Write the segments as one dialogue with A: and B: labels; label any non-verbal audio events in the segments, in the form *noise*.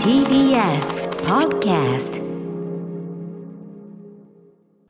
A: TBS Podcast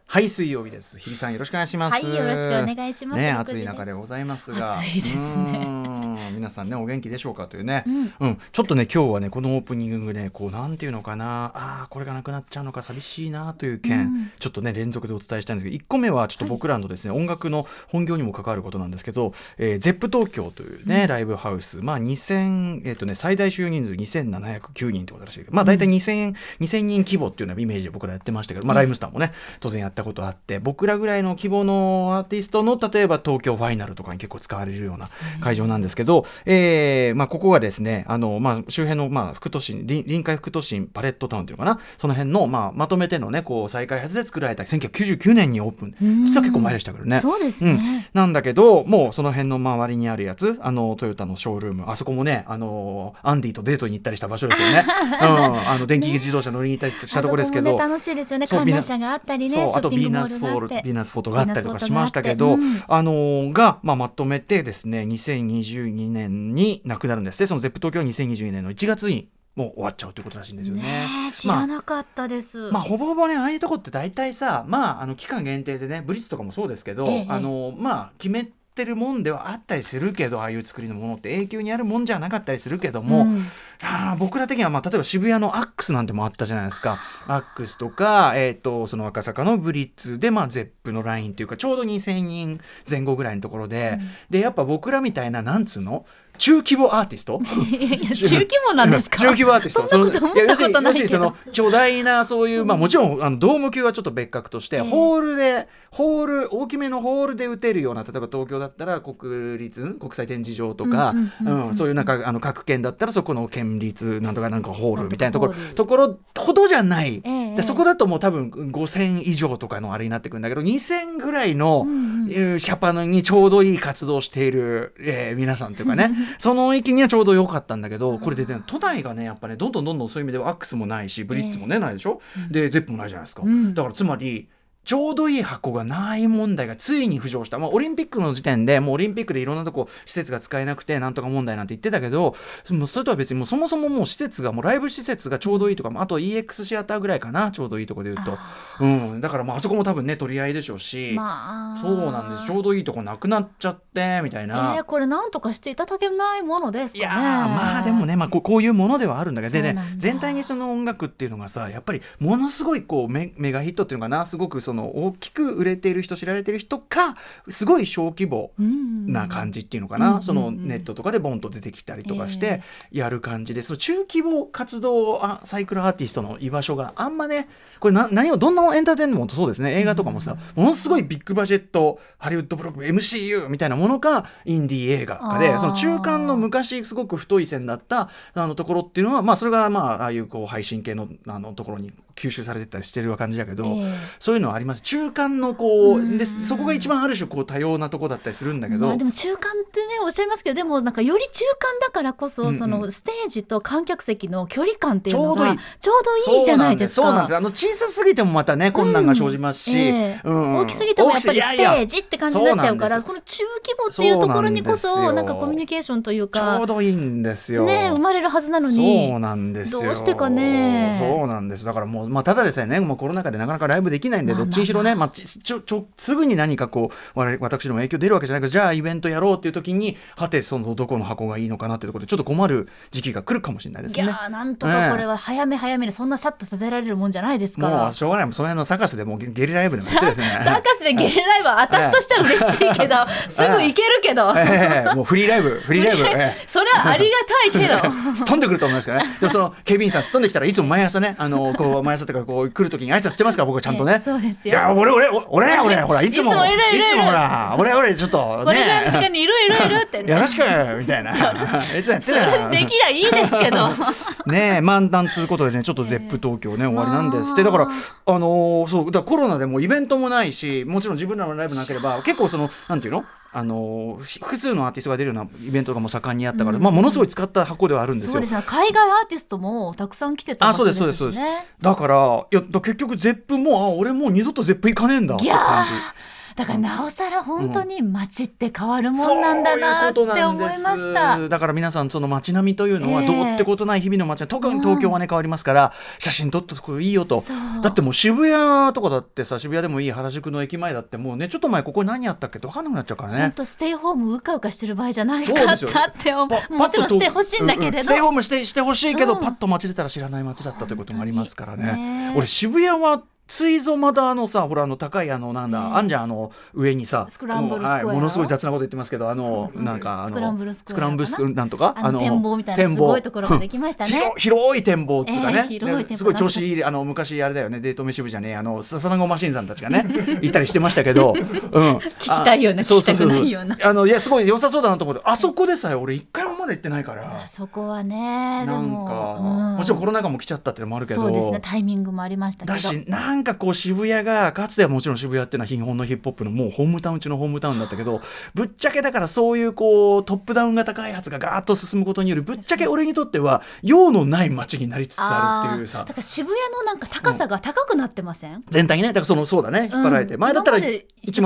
B: はい水曜日です日比さんよろしくお願いします
C: はいよろしくお願いします
B: ね
C: 6
B: 暑
C: 時
B: い中
C: です
B: でございますが
C: 暑いですね
B: ね皆さんねお元気でしょうかというね、うんちょっとね今日はねこのオープニングねこうなんていうのかなあーこれがなくなっちゃうのか寂しいなという件、ちょっとね連続でお伝えしたいんですけど1個目はちょっと僕らのですね、音楽の本業にも関わることなんですけど、えー、ゼップ東京というね、ライブハウスまあ2000えっ、とね最大収容人数2709人ってことらしいけどまあ大体2000円、2000人規模っていうのはイメージで僕らやってましたけどまあライムスターもね当然やったことあって僕らぐらいの規模のアーティストの例えば東京ファイナルとかに結構使われるような会場なんですけど、えーまあ、ここがですねあの、まあ、周辺の、まあ、副都心臨臨海副都心パレットタウンというのかなその辺の、まあ、まとめての、ね、こう再開発で作られた1999年にオープン実は結構前でしたけどね。
C: そうです
B: うん
C: ね。
B: なんだけどもうその辺の周りにあるやつあのトヨタのショールームあそこもねあのアンディとデートに行ったりした場所ですよ
C: *laughs*
B: ね、うん、あの電気自動車乗りに行ったりしたとこですけど、
C: あそこもね楽しいですよね。
B: そう
C: 観覧車があったりね、シ
B: そ
C: ョ
B: うあと
C: ッピ
B: ヴィ
C: ング
B: ー
C: モ
B: ナスフォー
C: ー
B: ル
C: ルがあっ
B: ヴィ
C: て
B: ー。ナスフォートがあったりとかしましたけ
C: ヴ
B: ど
C: ィーナスフォートがあってうん
B: あのーが、まあ、まとめてですね2022年に亡くなるんですでその ZEP 東京は2022年の1月にもう終わっちゃうということらしいんですよね。
C: ねえ、知
B: まあ
C: らなかったです。 *laughs*
B: まあ、ほぼほぼねああいうとこって大体さまああの期間限定でねブリッジとかもそうですけど、
C: ええ
B: あのまあ決めてるもんではあったりするけどああいう作りのものって永久にあるもんじゃなかったりするけども、
C: うん
B: あー僕ら的には、まあ、例えば渋谷のアックスなんてもあったじゃないですかアックスとか、えー、とその赤坂のブリッツで、まあ、ゼップのラインというかちょうど2,000人前後ぐらいのところで、でやっぱ僕らみたいななんつうの中規模アーティスト
C: いやいや中規模なんですか。
B: 中規模アーティスト。
C: そんなこと思
B: の
C: ったことない
B: 要
C: け
B: するに要
C: ど
B: す。るにその巨大なそういう、まあもちろんあのドーム級はちょっと別格として、ホールで、ホール、大きめのホールで打てるような、例えば東京だったら国立、ん国際展示場とか、うんそういうなんか、あの、各県だったらそこの県立なんとかなんかホールみたいなところ
C: なんとかホー、ル
B: ところほどじゃない。
C: ええ
B: でそこだともう多分5000以上とかのあれになってくるんだけど、2000ぐらいの、えーシャパンにちょうどいい活動をしている、えー皆さんというかね、その域にはちょうど良かったんだけど、これでね、都内がね、やっぱね、どんどんどんどんそういう意味ではアックスもないし、ブリッツもね、ないでしょで、ゼップもないじゃないですか。
C: ん
B: だからつまり、ちょうどいい箱がない問題がついに浮上した。まあ、オリンピックの時点で、もうオリンピックでいろんなとこ、施設が使えなくて、なんとか問題なんて言ってたけど、もうそれとは別に、もうそもそももう施設が、もうライブ施設がちょうどいいとか、まああと EX シアターぐらいかな、ちょうどいいとこで言うと。うん。だから、まあ、あそこも多分ね、取り合いでしょうし。
C: まあ。
B: そうなんですちょうどいいとこなくなっちゃってみたいな、
C: えー、これなんとかしていただけないものですか
B: い
C: ね。
B: やーまあでもね、まあ、こうこういうものではあるんだけどで
C: そう
B: ね
C: なんだ
B: 全体にその音楽っていうのがさやっぱりものすごいこうメメガヒットっていうのかなすごくその大きく売れている人知られている人かすごい小規模
C: うん。
B: な感じっていうのかな、
C: うんうん
B: そのネットとかでボンと出てきたりとかしてやる感じで、その中規模活動あサイクルアーティストの居場所があんまねこれな何をどんなエンターテインメントもそうですね映画とかもさ、ものすごいビッグバジェットハリウッドブロック MCU みたいなものかインディー映画かで
C: あー
B: その中間の昔すごく太い線だったあのところっていうのは、まあ、それがまあああいうこう配信系のあのところに吸収されてったりしてる感じだけど。
C: ええ
B: そういうのはあります中間のこうでそこが一番ある種こう多様なとこだったりするんだけど、
C: まあ、でも中間ってねおっしゃいますけどでもなんかより中間だからこそ、
B: うんうん
C: そのステージと観客席の距離感っていうの
B: ちょうどい
C: が
B: い
C: ちょうどいいじゃないですか。
B: そうなんです。そうなんですあの小さすぎてもまたね困難が生じますし、
C: ええ
B: うん
C: 大きすぎてもやっぱり
B: 大
C: ス
B: き
C: テ
B: すぎ
C: ージって感じになっちゃうか
B: いやい
C: ら
B: や
C: この中規模っていうところにこ
B: そうな
C: そ
B: んですよ
C: なんかコミュニケーションという
B: ちょう
C: か
B: どいいんですよ。
C: ね生まれるはずなのに
B: そうなんですよ
C: どうしてかね
B: そうなんですだからもう、まあ、ただでさえねもうコロナ禍でなかなかライブできないんで、
C: まあまあ
B: どっちにしろね、まあ、ちちょちょすぐに何かこう我々私ども影響出るわけじゃないけどじゃあイベントやろうっていう時にはてそのどこの箱がいいのかなっていうところでちょっと困る時期が来るかもしれないです
C: いや
B: ね。
C: ーなんとかこれは早め早めにそんなさっと立てられるもんじゃないですか
B: も
C: ら。
B: うしょうがないもうその辺のサーカスでもうゲゲリラライブでもやっ
C: サ
B: て
C: ー
B: ですね
C: サーカスでゲリライブは私としては嬉しいけど、すぐ行けるけど、
B: ええもうフリーライブ、フリーライブ、ええ
C: それはありがたいけど。
B: すっ飛んでくると思いますけどね。でもその警備員さんすっ飛んできたらいつも毎朝ね、
C: *laughs*
B: あのこう毎朝とかこう来るときに挨拶してますから僕は *laughs* ちゃんとね。
C: ええそうですよ
B: いや俺俺俺俺俺ほらいつも
C: いつもいるいるいる
B: つもほら俺俺ちょっとね。
C: これぐらいの時間にいるいるいるって
B: *laughs*
C: ね。
B: よろしくみたいな。いつもやって
C: そ
B: る
C: れ
B: よ
C: できりゃいいですけ
B: *laughs*
C: ど。
B: ねえ、満タンつうことでね、ちょっとゼップ東京ね、終わりなんですって、だから、あのーそう、だからコロナでもうイベントもないし、もちろん自分らのライブなければ、結構その、なんていうのあのー複数のアーティストが出るようなイベントがもう盛んにあったから、まあ、ものすごい使った箱ではあるんです
C: そう
B: よ
C: です。ね。海外アーティストもたくさん来てた
B: あ、
C: 場
B: そ
C: 所
B: うで、
C: ですす
B: そう
C: し
B: で
C: ね。
B: す、そうです。だから、いや、だから結局、ゼップも、あ、俺もう二度とゼップ行かねえんだって感じ。
C: だからなおさら本当に街って変わるもんなんだなって思いました。
B: だから皆さんその街並みというのはどうってことない日々の街は特に東京はね変わりますから写真撮っとくいいよと
C: そう
B: だってもう渋谷とかだってさ渋谷でもいい原宿の駅前だってもうねちょっと前ここ何やったっけって分かんなくなっちゃうから
C: 本
B: ね。
C: 当ステイホームうかうかしてる場合じゃなか
B: そうで
C: っ
B: すよ
C: たって思
B: パ
C: うもちろん
B: パッ
C: し
B: と
C: てほしいんだけれど、
B: ううステイホームしてしてほしいけど、
C: うん
B: パッと街出たら知らない街だったということもありますから
C: 本
B: ね
C: 当にね
B: 俺渋谷はついぞまだあのさほらあの高いあのなんだ、
C: ね
B: あんじゃんあの上にさ
C: スクランブルスクエア
B: もうはいものすごい雑なこと言ってますけどあのなんかあの
C: スクランブルスクエア
B: スクランブルスクなんとか
C: あの展望みたいな
B: 展望
C: すごいところができましたね
B: 広広い展望っていうか
C: え、
B: ね
C: え広い展望
B: ですごい調子いいあの昔あれだよねデート飯部じゃねえあの笹ナゴマシンさんたちがね *laughs* 行ったりしてました
C: *laughs*
B: けど、うん、聞
C: きたいような聞きたくないような
B: あのいやすごい良さそうだなと思ってあそこでさえ俺一回もまだ行ってないから
C: あそこはねで
B: なん
C: も
B: か、
C: うん
B: もちろんコロナ禍も来ちゃったっていうのもあるけど
C: そうですねタイミングもありましたけど
B: だしなんかこう渋谷がかつてはもちろん渋谷っていうのは日本のヒップホップのもうホームタウン中のホームタウンだったけどぶっちゃけだからそういうこうトップダウン型開発がガーッと進むことによるぶっちゃけ俺にとっては用のない街になりつつあるっていう
C: あ
B: さ
C: ーだから渋谷のなんか高さが高くなってません、
B: 全体にねだからそのそうだね引っ張られて、前だったら
C: 今ま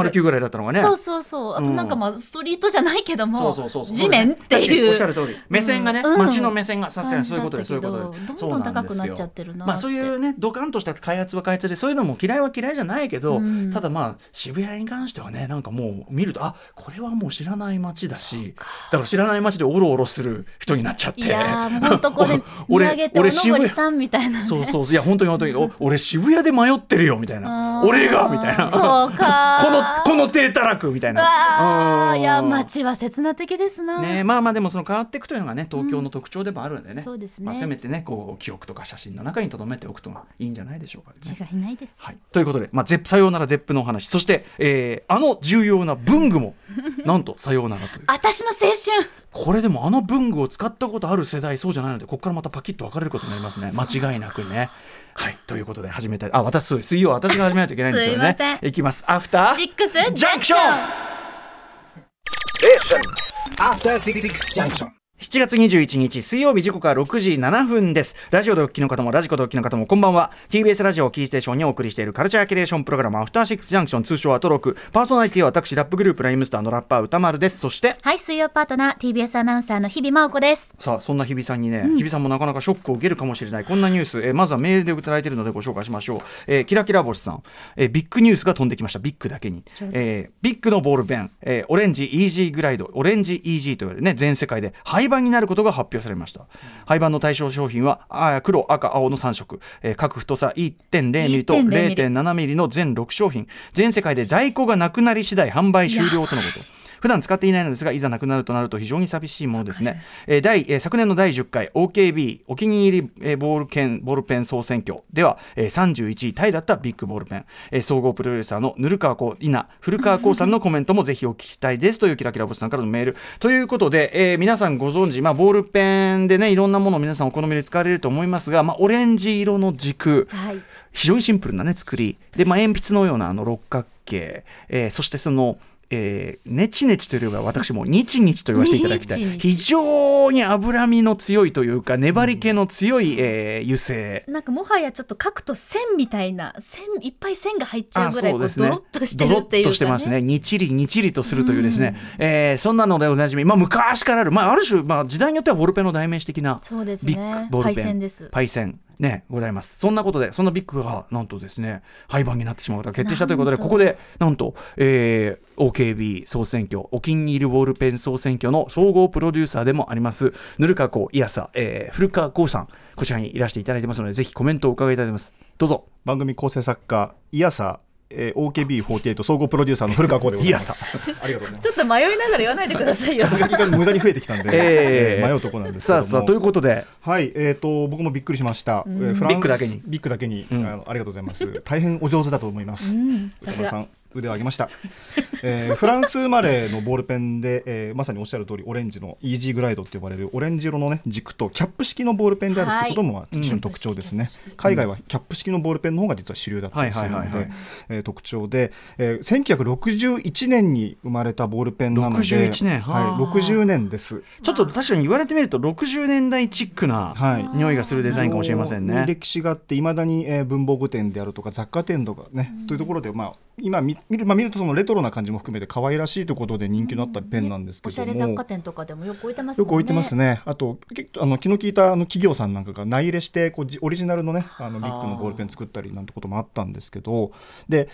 C: で
B: 109ぐらいだったのがね
C: そうそうそうあとなんかまあストリートじゃないけども、地面って
B: 確かに
C: いう
B: おっしゃる通り目線がね、
C: うん
B: 街の目線がさすがにそういうこと
C: 感
B: です
C: じ
B: そういう
C: だっ
B: こ
C: たけ
B: とです
C: どどんどん高くなっちゃってるなーって
B: まあそういうねドカンとした開発は開発でそういうのも嫌いは嫌いじゃないけど、
C: うん
B: ただまあ渋谷に関してはねなんかもう見るとあこれはもう知らない街だしだから知らない街でおろおろする人になっちゃって
C: いやーもうほんとこれ見
B: *laughs* 俺
C: 上げておの
B: 俺
C: ぼ
B: 渋
C: り
B: 谷
C: さんみたいなね
B: そうそうそういや本当に本当にお俺渋谷で迷ってるよみたいな
C: うん
B: 俺がみたいな
C: そうか
B: *laughs* このこの手たらくみたいな
C: わあ
B: うん
C: いや街は刹那的ですな、
B: ね、まあまあでもその変わっていくというのがね東京の特徴でもあるんでね,、
C: そうですね
B: まあ、せめてねこう記憶とか写真の中に留めておくといいんじゃないでしょうかね、
C: 違いないです、
B: はい、ということで、まあ、ゼップさようならゼップのお話そして、えーあの重要な文具
C: *laughs*
B: もなんとさようならという
C: 私の青春
B: これでもあの文具を使ったことある世代そうじゃないのでここからまたパキッと分かれることになりますね間違いなくね。はいということで始めたいあ私そうです水曜は私が始めないといけないんですよ
C: すいま
B: ね。
C: せん
B: いきますアフター
C: シックスジ
B: ジ
C: ャン
B: ャン
C: ク
B: ク
C: シ
B: シ
C: ョ
B: ョ
C: ン
B: ン
D: After Six Junction.
B: 7月21日水曜日時刻は6時7分ですラジオでお聞きの方もラジコでお聞きの方もこんばんは TBS ラジオをキーステーションにお送りしているカルチャーキュレーションプログラムアフターシックスジャンクション通称アトロクパーソナリティは私ラップグループライムスターのラッパー歌丸ですそして
C: はい水曜パートナー TBS アナウンサーの日々真央子です
B: さあそんな日比さんにね、日比さんもなかなかショックを受けるかもしれないこんなニュース、えーまずはメールでいただいているのでご紹介しましょう、えーキラキラ星さん、えービッグニュースが飛んできましたビッグだけに、えービッグのボールペン、えーオレンジイージーグライドオレンジイージーというね全世界で廃盤になることが発表されました、廃盤の対象商品はあー黒赤青の3色、えー各太さ1.0ミリと
C: 1.0ミリ
B: 7ミリの全6商品全世界で在庫がなくなり次第販売終了とのこと普段使っていないのですがいざなくなるとなると非常に寂しいものですね、えー第えー昨年の第10回 OKB お気に入り、えーボールケンボールペン総選挙では、えー31位タイだったビッグボールペン、えー総合プロデューサーのぬるかわこういな古川こうさんのコメントもぜひお聞きしたいですというキラキラ星さんからのメールということで、えー皆さんご存知、まあ、ボールペンでねいろんなものを皆さんお好みで使われると思いますが、まあ、オレンジ色の軸、
C: はい
B: 非常にシンプルなね作りで、まあ、鉛筆のようなあの六角形、えーそしてそのえーネチネチというよりは私もニチニチと言わせていただきた
C: ニチ
B: い
C: ニチ
B: 非常に脂身の強いというか粘り気の強い、えー油性
C: なんかもはやちょっと書くと線みたいな線いっぱい線が入っちゃう
B: あ
C: ぐらい
B: そ
C: こ
B: う
C: う
B: で
C: ドロッとしてるっていうかね
B: ドロッとしてますね。にちりにちりとするというですね。えーそんなのでおなじみ。まあ昔からある。まあある種、まあ時代によってはボールペンの代名詞的な。
C: そうですね
B: ビッグボールペン。
C: パイセンです
B: パイセンね、ございます。そんなことで、そんなビッグが、なんとですね、廃盤になってしまうことが決定したということで、
C: なんと
B: ここで、なんと、えー OKB 総選挙、お気に入りボールペン総選挙の総合プロデューサーでもあります、ぬるかこういやさ、えー古川こうさん、こちらにいらしていただいてますので、ぜひコメントをお伺いいただきます。どうぞ。
E: 番組構成作家イヤサ、えー、OKB48 総合プロデューサーの古川光でござ
B: い
E: い
B: や
E: ま
B: さ
C: ち
E: す。。 *laughs*
C: ょっと迷いながら言わないでくだ
B: *laughs*
C: さいよ
E: 肩書きが無駄に増えてきたんで、
B: えー
E: えー迷うとこなんですけ
B: さ
E: ど
B: あ
E: も。
B: さあ、ということで、
E: はい、えっ、と僕もびっくりしました。えーフラン
B: ビ
E: ス
B: ッグだけに
E: ビッグだけに、
B: ん
E: あのありがとうございます。大変お上手だと思います。
C: ん
E: 歌
C: さすが
E: 丸さん腕を上げました、 *laughs* えーフランス生まれのボールペンで、えーまさにおっしゃる通りオレンジのイージーグライドって呼ばれるオレンジ色の、ね、軸とキャップ式のボールペンであるってことも、まあ
B: い
E: 一種の特徴ですね、海外はキャップ式のボールペンの方が実は主流だったりする
B: はい
E: の
B: はいはいは
E: で
B: い
E: えー特徴で、えー1961年に生まれたボールペンなので
B: 61年はあ
E: はい、60年です。
B: ちょっと確かに言われてみると60年代チックな
E: はい
B: 匂いがするデザインかもしれません
E: あの
B: ね。
E: 歴史があっていまだに、えー文房具店であるとか雑貨店とかね、というところで、まあ、今見見る,、まあ、見るとそのレトロな感じも含めて可愛らしいということで人気になったペンなんですけ
C: おしゃ
E: ど
C: れ
E: も、
C: 雑貨店とかでもよく置いてますもんね
E: よく置いてますね。あと、結構あの気の利いたあの企業さんなんかが内入れして、こうじオリジナルのね、あのビッグのボールペン作ったりなんてこともあったんですけど、で。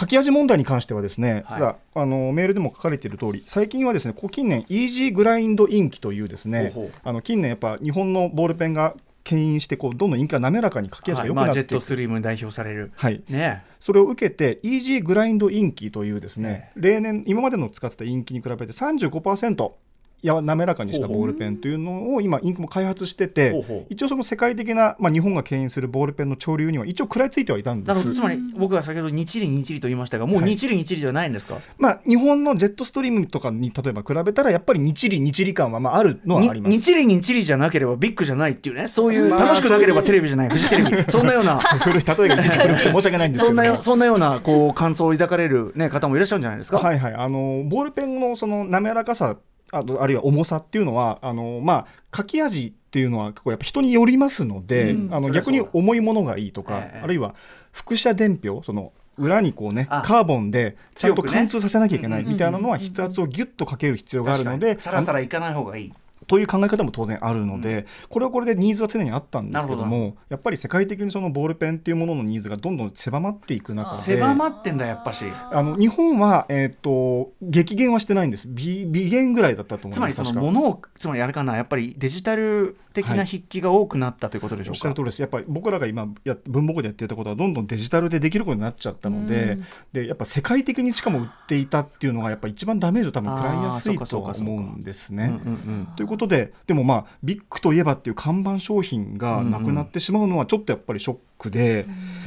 E: 書き味問題に関してはですね、
B: はい
E: ただあのメールでも書かれている通り、最近はですね、こう近年イージーグラインドインキというですね、
B: ほうほう
E: あの近年やっぱ日本のボールペンが牽引してこうどんどんインキが滑らかに書き味が
B: はい
E: 良く
B: ま
E: な
B: あ、
E: っ
B: ジェ
E: てい
B: ッ
E: く
B: トストリームに代表される。
E: はい、
B: ね
E: それを受けて EG グラインドインキというですね、例年今までの使ってたインキに比べて35%や滑らかにしたボールペンというのを今インクも開発してて
B: ほうほう
E: 一応その世界的な、まあ、日本が牽引するボールペンの潮流には一応食らいついてはいたん
B: え
E: で
B: だから
E: す
B: つまり僕が先ほど日輪日輪と言いましたがもう
E: はい
B: 日輪日輪ではないんですか、
E: まあ、日本のジェットストリームとかに例えば比べたらやっぱり日理日理感はまああるのはありま
B: に
E: す。
B: 日輪日輪じゃなければビッグじゃないっていうねそういう
E: まあ
B: 楽しくなければテレビじゃないフジテレビそんなよう
E: *laughs*
B: な
E: 古い例えが一時古くて申し訳ないんですけ
B: そ
E: ど
B: んなよそんなようなこう感想を抱かれる、ね、方もいらっしゃるんじゃないですか。
E: はいはい、あのボールペンのその滑らかさあとあるいは重さっていうのはあの、まあ、書き味っていうのは結構やっぱ人によりますので、
B: うん
E: あの
B: そりゃ
E: 逆
B: そうだ
E: に重いものがいいとか、
B: ええ
E: あるいは副写伝票その裏にこうね
B: あ
E: カーボンでちゃんと
B: 強くね
E: 貫通させなきゃいけない
B: うん
E: みたいなのは筆圧をギュッとかける必要があるので
B: さらさらいかない方がいい。
E: という考え方も当然あるので、これはこれでニーズは常にあったんですけど
B: なる
E: もやっぱり世界的にそのボールペンっていうもののニーズがどんどん狭まっていく中で
B: 狭まってんだやっぱし。
E: あの日本は、えっと激減はしてないんです微微減ぐらいだったと思
B: つ
E: い
B: ま
E: ま
B: り
E: す
B: その
E: 確か
B: ものをつまりあれかなやっぱりデジタル的な筆記が多くなったということでしょ
E: お
B: う
E: っしゃ
B: か。
E: る通りですやっぱり僕らが今や文房具でやってたことはどんどんデジタルでできることになっちゃったので,、でやっぱ世界的にしかも売っていたっていうのがやっぱ一番ダメージを多分食らいやすい
B: あー
E: と
B: そうか
E: は
B: そうかそうか
E: 思うんですね。
B: うんうん
E: ということででもまあビッグといえばっていう看板商品がなくなってしまうのはちょっとやっぱりショックで、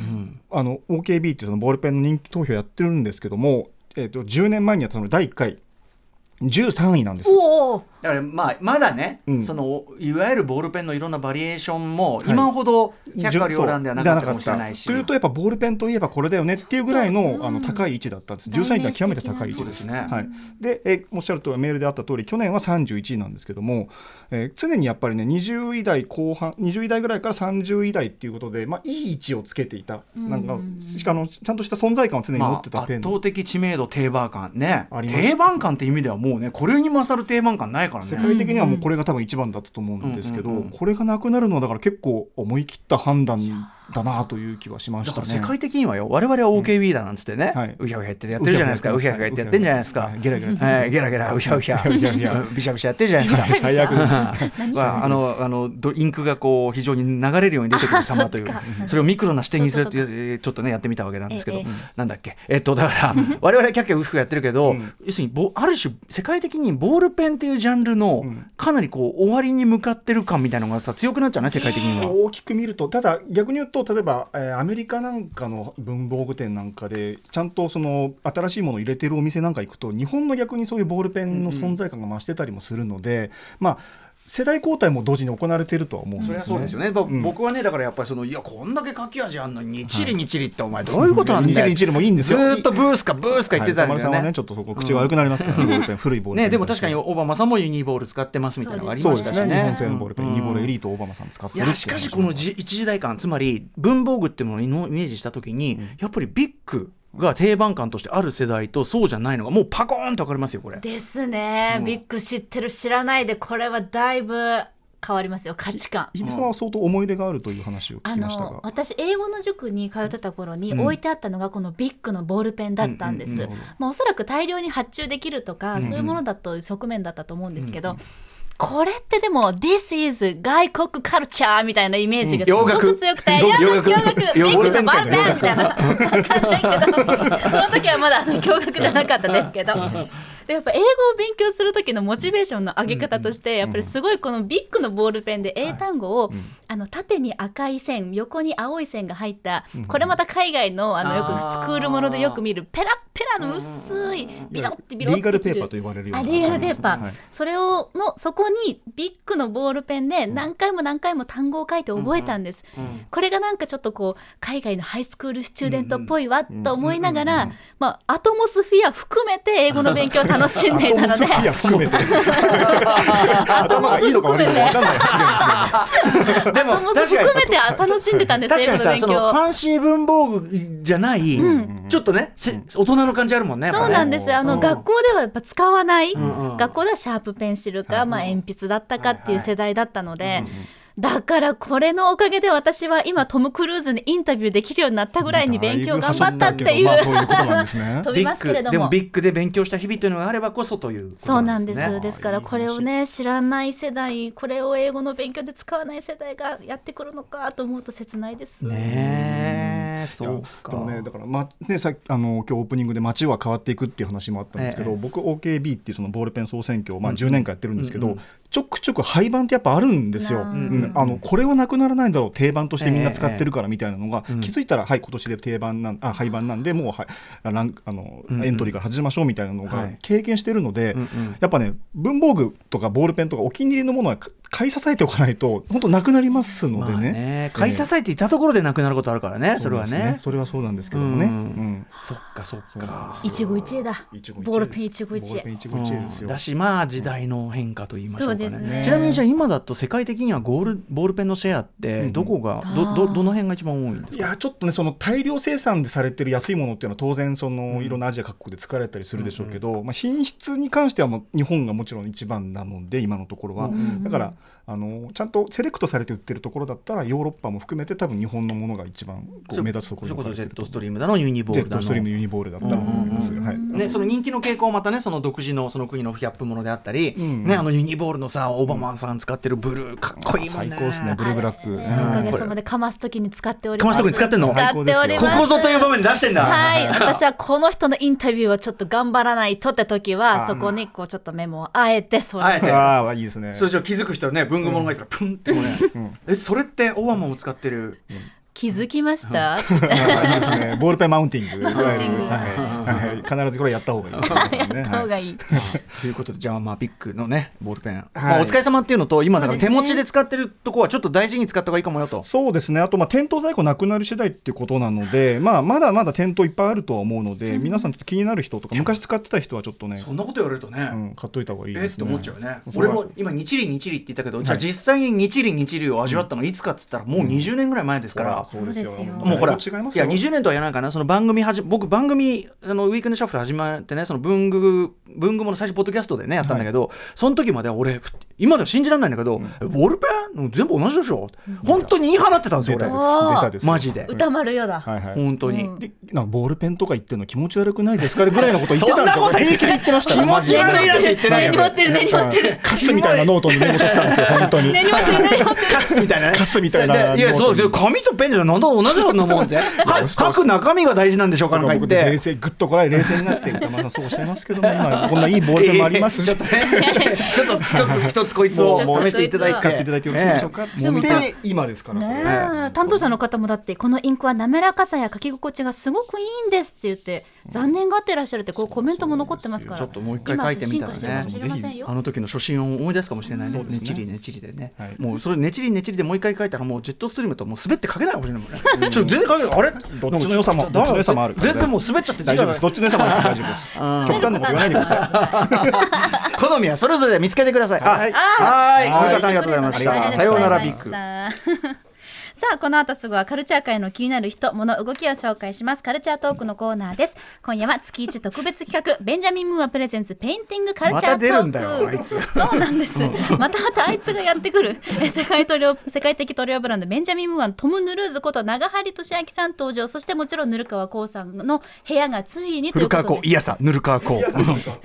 B: うんうん
E: あの OKB っていうそのボールペンの人気投票やってるんですけども、えっと10年前にやったその第1回13位なんです。
C: おお
B: だからまあまだね、
E: うん
B: そのいわゆるボールペンのいろんなバリエーションも
E: い
B: 今ほど百花両乱ではなかったかもしれないし。
E: というとやっぱボールペンといえばこれだよねっていうぐらいの,、あの高い位置だったんです13位ってのは極めて高い位置で
B: そ
E: す
B: うですね
E: はい、でえおっしゃるとりメールであった通り去年は31位なんですけども、えー常にやっぱりね20位台後半20位台ぐらいから30位台っていうことで、まあ、いい位置をつけていたなんかしかもちゃんとした存在感を常に持
B: ま
E: って
B: あ、
E: たペ
B: 圧
E: ン、
B: 倒的知名度定番感ね
E: あります
B: 定番感って意味ではもうねこれに勝る定番感ないから
E: 世
B: ね
E: 界的にはもうこれが多分一番だったと思うんですけど、
B: うんうんうん
E: これがなくなるのはだから結構思い切った判断だなという気はしま
B: だ
E: した
B: から
E: ね。
B: 世界的にはよ我々は OKB だなんつってね、
E: はいう
B: ひゃうひゃやってやってるじゃないですかうひゃうひゃやってやってんじゃないですか、
E: はいゲラゲラやってます
B: はい、ゲラゲラうひゃうひゃ
E: うひゃうひゃ
B: うんびしゃびしゃやってるじゃないですか。
E: 最悪です *laughs*
B: まあ、あのあのどインクがこう非常に流れるように出てくる様という
C: あそっちか
B: それをミクロな視点にするって
C: そ
B: いうちょっとねやってみたわけなんですけど、
C: ええ
B: なんだっけえっとだから我々はキャッキャウフフやってるけど、
E: うん
B: 要するにボある種世界的にボールペンっていうジャンルの
E: うん
B: かなりこう終わりに向かってる感みたいなのがさ強くなっちゃうね世界的には。
E: 大きく見るとただ逆に言うと例えば、えーアメリカなんかの文房具店なんかでちゃんとその新しいものを入れてるお店なんか行くと日本の逆にそういうボールペンの存在感が増してたりもするので、まあ世代交代も同時に行われているとは思うんです
B: そ
E: ね。
B: りゃそうですよね、ぼ
E: うん
B: 僕はねだからやっぱりそのいやこんだけ書き味あんのにチリにチリってお前どういうことなんだよ
E: いやニチリニチリもいいんですよ
B: ずーっとブースかブースか言ってたんだ
E: はい
B: よ
E: 歌丸さんは
B: ね
E: ねちょっとそこ口悪くなりますからね、ボールペン古いボールペン
B: ねでも確かにオバマさんもユニボール使ってますみたいなのがあり
E: そ
B: ま
E: う
B: し
E: で
B: た
E: す
B: し
E: ね日
B: ね
E: 本製のボールペン、
B: うん
E: ニボレエリートオバマさん使って
B: い
E: るって
B: や
E: う
B: しかしこのじ一時代感つまり文房具ってものをイメージした時に、やっぱりビッグが定番感としてある世代とそうじゃないのがもうパコーンと分かれますよこれ。
C: ですね、ビッグ知ってる知らないでこれはだいぶ変わりますよ価値観
E: イギリスは相当思い入れがあるという話を聞
C: あ
E: きましたが
C: の私英語の塾に通ってた頃に
B: うん
C: 置いてあったのがこのビッグのボールペンだったんで
B: うんうん
C: す
E: うんなるほど
C: まあおそらく大量に発注できるとか、そういうものだという側面だったと思うんですけど、これってでも「This is 外国カルチャー」みたいなイメージがすごく強くて
B: 洋
C: 洋
B: 楽
C: 楽
B: 洋
C: 洋楽ビ
B: 楽洋
C: ッ
B: 楽
C: グのボールペンみたいなわかんないけどその時はまだあの驚愕じゃなかったですけど。でやっぱ英語を勉強する時のモチベーションの上げ方として、やっぱりすごいこのビッグのボールペンで英単語を、あの縦に赤い線横に青い線が入った、これまた海外のあのよ
B: あー
C: くスクールものでよく見るペラッペラの薄いビロッてビロッて
E: リーガルペーパーと呼ばれるよう
C: あ
E: な
C: リーガルペーパー、
E: はい
C: それをのそこにビッグのボールペンで何回も何回も単語を書いて覚えたんです、これがなんかちょっとこう海外のハイスクールスチューデントっぽいわと思いながら、まあ、アトモスフィア含めて英語の勉強を楽楽し
B: *laughs*
C: んでいたので
E: アトムソフィア含めて頭がいいのか悪いのか分かんない発言ですね
B: でも
C: もうそこ含めてあ楽しんでたんです
B: 確
C: 英
B: か
C: 語
B: に
C: の
B: さ
C: 勉
B: そのフ
C: 強
B: ァンシー文房具じゃない、ちょっとね、せ大人の感じあるもんねやっぱ
C: そう
B: ね
C: なんですよあの、
B: うん
C: 学校ではやっぱ使わない、
B: んうん
C: 学校ではシャープペンシルか、まあ、鉛筆だったかっていう世代だったので、だからこれのおかげで私は今トム・クルーズにインタビューできるようになったぐらいに勉強頑張ったっていう
E: まあそういうことなんです
C: *laughs*
E: ね
C: 飛びますけれど
B: ビッグで
C: も
B: もビッグで勉強した日々というのがあればこそということ
C: そうなんです
B: ね
C: ですからこれをね知らない世代これを英語の勉強で使わない世代がやってくるのかと思うと切ないです。
B: ねえそうか
E: でもねだから、まね、さっきあの今日オープニングで街は変わっていくっていう話もあったんですけど、
B: ええ
E: 僕 OKB っていうそのボールペン総選挙を、まあ、10年間やってるんですけど、
B: うんうん
E: ちょくちょく廃盤ってやっぱあるんですよ、
C: なあ
E: うんあのこれはなくならないんだろう定番としてみんな使ってるからみたいなのが、
B: ええ
E: 気づいたら、はい今年で定番なんあ廃盤なんでもうはランあの
B: うんうん
E: エントリーから始めましょうみたいなの
B: は
E: が
B: い
E: 経験してるので、
B: うんうん
E: やっぱね文房具とかボールペンとかお気に入りのものは買い支えておかないと本当なくなりますの
B: ま
E: で
B: あ
E: ね。
B: ね買い支えていたところでなくなることあるからねそれは
E: そうです
B: ね
E: それはそうなんですけどもね。
B: う
E: うんん
B: そっかそっ
E: そうなん
B: か
E: ですよ
C: 一期一会だ
E: 一期一会
C: ボールペン一期
E: ボー
C: 一
E: ルペ
C: 会
E: ン一期一会です
B: うん
E: よ
B: だ。しまあ時代の変化と言いましょうかね
C: そうですね
B: ちなみにじゃあ今だと世界的にはゴールボールペンのシェアってどこが、どどどの辺が一番多いんです
E: い
B: か
E: やちょっとねその大量生産でされてる安いものっていうのは当然そのいろんなアジア各国で使われたりするでしょうけど、まあ、品質に関してはもう日本がもちろん一番なので今のところは、だからあのちゃんとセレクトされて売ってるところだったらヨーロッパも含めて多分日本のものが一番こう目立つところ
B: それこそ
E: で
B: ジェッ
E: 買われて
B: ト
E: る
B: ストリームだのユニボ
E: ジ
B: ー
E: ェ
B: ル
E: ッ
B: だ
E: ト
B: の
E: ストリームユニボールだったと思います。はい
B: ね、その人気の傾向をまたねその独自のその国のギャップものであったり、
E: ん
B: ね、あのユニボールのさオバマンさん使ってるブルーかっこいいもん
E: 最
B: ね。
E: 高ですねブルーブラック。
C: おか
E: うん
C: げさまでかますときに使っております
B: かます時に使ってんの
C: 使っております
B: ここぞという場面で出してんだ、 *laughs*
C: はい私はこの人のインタビューはちょっと頑張らないとって時はそこにこうちょっとメモをあえてそれ
B: あえて
E: ああいいですね。
B: それじゃ気づく人はね文具物がいたらプンってもね、えそれってオバマも使ってる
C: 気づきました
E: あいいですね。ボールペンマウンティング。
C: マウンティング
E: はいはい必ずこれやった方がいいですね。 *laughs*
C: やった方がいい
B: ということでじゃあまあビッグのねボールペン、ま
E: は
B: あ、
E: い
B: お疲れ様っていうのと今だから
C: そう
B: 手
C: ですね
B: 持ちで使ってるとこはちょっと大事に使った方がいいかもよと。
E: そうですねあとまあ店頭在庫なくなる次第っていうことなので、まあ、まだまだ店頭いっぱいあるとは思うので、皆さんちょっと気になる人とか昔使ってた人はちょっとね、
B: そんなこと言われるとね、
E: うん、買っといた方がいい
B: え
E: で
B: っ
E: す
B: て
E: ね。
B: 思っちゃうね
E: そう
B: 俺も今日輪日輪って言ったけどじゃあ
E: はい
B: 実際に日輪日輪を味わったのいつかっつったらもう20年ぐらい前ですから、
E: そうで
C: そ
E: す
C: うです
E: よ
C: よ
B: もうほら、
E: だいぶ違います
B: や、
E: よ
B: 20年とは言わないかな、その番組はじ、僕、番組、あのウィークエンドシャッフル始まってね、その文具、文具もの最初、ポッドキャストでね、やったんだけど、その時までは俺、ふ今では信じられないんだけど、えボールペン全部同じでしょ、本当に言い放ってたんです
E: 出
B: よ、
E: たです
B: 俺、
C: おー
E: 出たです
B: マジで。
C: 歌丸よだ
E: はいはい、
B: 本当に。
E: でなんかボールペンとか言ってるの気持ち悪くないですかぐらいのこと言ってた
B: そん
E: んで
B: な
E: すよ
B: こと平気で言ってました気持ち悪いなんて言ってない
C: 根に持ってる根に持ってる
E: カスみたいなノートにメモ取ってたんですよ本
B: *laughs*
E: 当に
C: 根に持ってる根に持ってる
B: *laughs* カスみたいなね。
E: カスみたいな
B: でいや、そうです
E: ノートに
B: 紙とペンじゃ何だ同じようなもんで。
E: *laughs*
B: か書く中身が大事なんでしょうかとか言っ
E: 僕で冷
B: て。
E: 静ぐっとこらえ冷静になって歌丸さんそうおっしゃいますけ *laughs* ども今こんないいボールペンもありますし、
B: ちょっとね、 *laughs* ちょっと一つ、一つこいつを
C: もう
B: 試していただいて。
E: 使っていただいてよろしいでしょうか、
B: ええ
E: もう見て今ですから、これ
C: ねえ担当者の方もだってこのインクは滑らかさや書き心地がすごくいいんですって言って残念がってらっしゃるってこうコメントも残ってますから
B: ちょっともう一回書いてみたらね
C: 今進化してるかもしれませんよ
B: あの時の初心を思い出すかもしれないね。ねちりねちりでね、
E: はい
B: もうそれねちりねちりでもう一回書いたらもうジェットストリームともう滑って書けないかもしれないもんね。ちょっと全然書けない。あれ
E: どっちの良さも
B: なんか
E: どっちの良さもある
B: 全然もう滑っちゃって
E: 大丈夫です。どっちの様も大丈夫です。極端なこと言わないでください。
B: 好みはそれぞれ見つけてください。はい。はい。小川さんありがとうございまし
E: ありがとう
B: た。
E: ございまし
B: さ
E: た
B: ようならビッグ。
C: *laughs* さあこの後すぐはカルチャー界の気になる人物動きを紹介しますカルチャートークのコーナーです今夜は月一特別企画ベンジャミン・ムーアプレゼンツペインティングカルチャートーク
B: また出るんだよあいつ
C: そうなんですまたまたあいつがやってくるえ世界塗料世界的塗料ブランドベンジャミン・ムーアのトム・ヌルーズこと長張俊明さん登場そしてもちろんぬ川こうさんの部屋がついにという
B: 古
C: こ
B: 川
C: と
B: 校
C: で
B: いやさぬる川校。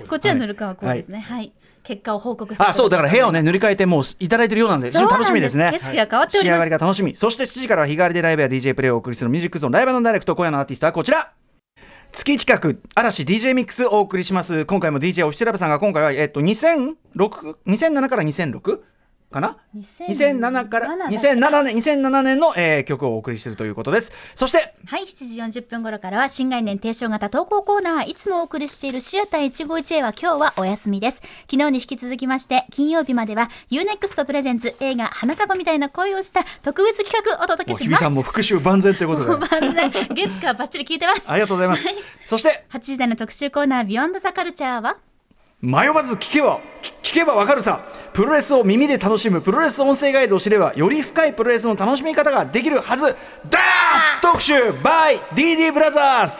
C: こちらぬ川こうですねはい、結果を報告して
B: *laughs* あ、そうだから部屋をね塗り替えてもういただいてるようなんで非常に楽しみです
C: そう
B: ね。
C: なんです景色が変わっております
B: 仕上がりが楽しみ。そして7時からは日替わりでライブや DJ プレイをお送りするミュージックゾーンライブダイレクト今夜のアーティストはこちら。月一企画嵐 DJ ミックスお送りします。今回も DJ オフィシャルラブさんが今回はえっと2006 2007から 2006? かな2007から2007年2007年の、えー曲をお送りするということです。そして
C: はい、7時40分頃からは新概念提唱型投稿コーナー、いつもお送りしているシアター 151A は今日はお休みです。昨日に引き続きまして、金曜日までは UNEXT プレゼンツ映画花束みたいな恋をした特別企画をお届
B: もう
C: けし
B: 日比
C: ます。
B: さんも復習万全ということ
C: *laughs*
B: で
C: 万歳月火バッチリ聞いてます。
B: ありがとうございます
C: は。
B: そして
C: 8時台の特集コーナー、ビヨンドザカルチャーは
B: 迷わず聞けば聞聞けばわかるさプロレスを耳で楽しむプロレス音声ガイドを知ればより深いプロレスの楽しみ方ができるはずだー特集 by DD ブラザーズ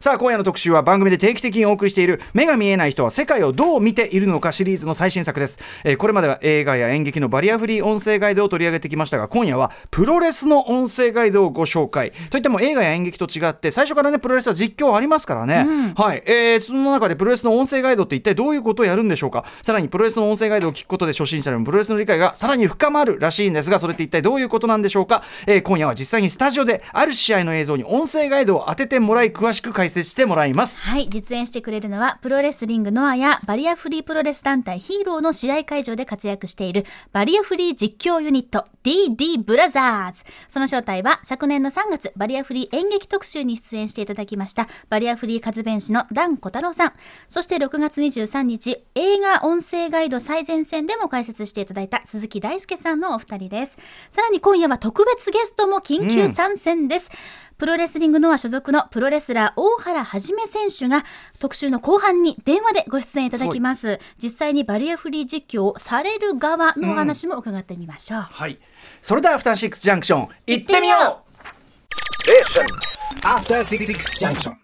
B: さあ今夜の特集は番組で定期的にお送りしている「目が見えない人は世界をどう見ているのか」シリーズの最新作です、えーこれまでは映画や演劇のバリアフリー音声ガイドを取り上げてきましたが今夜はプロレスの音声ガイドをご紹介といっても映画や演劇と違って最初からねプロレスは実況ありますからね、はい、えーその中でプロレスの音声ガイドって一体どういうことをやるんでしょうかさらにプロレスの音声ガイドを聞くことで初心者でもプロレスの理解がさらに深まるらしいんですがそれって一体どういうことなんでしょうか、えー今夜は実際にスタジオである試合の映像に音声ガイドを当ててもらい詳しく解説してもらいます
C: はい、実演してくれるのは、プロレスリングノアやバリアフリープロレス団体ヒーローの試合会場で活躍している、バリアフリー実況ユニット、DD ブラザーズ。その正体は、昨年の3月、バリアフリー演劇特集に出演していただきました、バリアフリー活弁士のダン小太郎さん。そして6月23日、映画音声ガイド最前線でも解説していただいた鈴木大輔さんのお二人です。さらに今夜は特別ゲストも緊急参戦です。プロレスリングノア所属のプロレスラー大原はじめ選手が特集の後半に電話でご出演いただきます。実際にバリアフリー実況をされる側のお話も伺ってみましょう。
B: はいそれでは「アフターシックスジャンクション」行ってみよう
E: After Six Junction.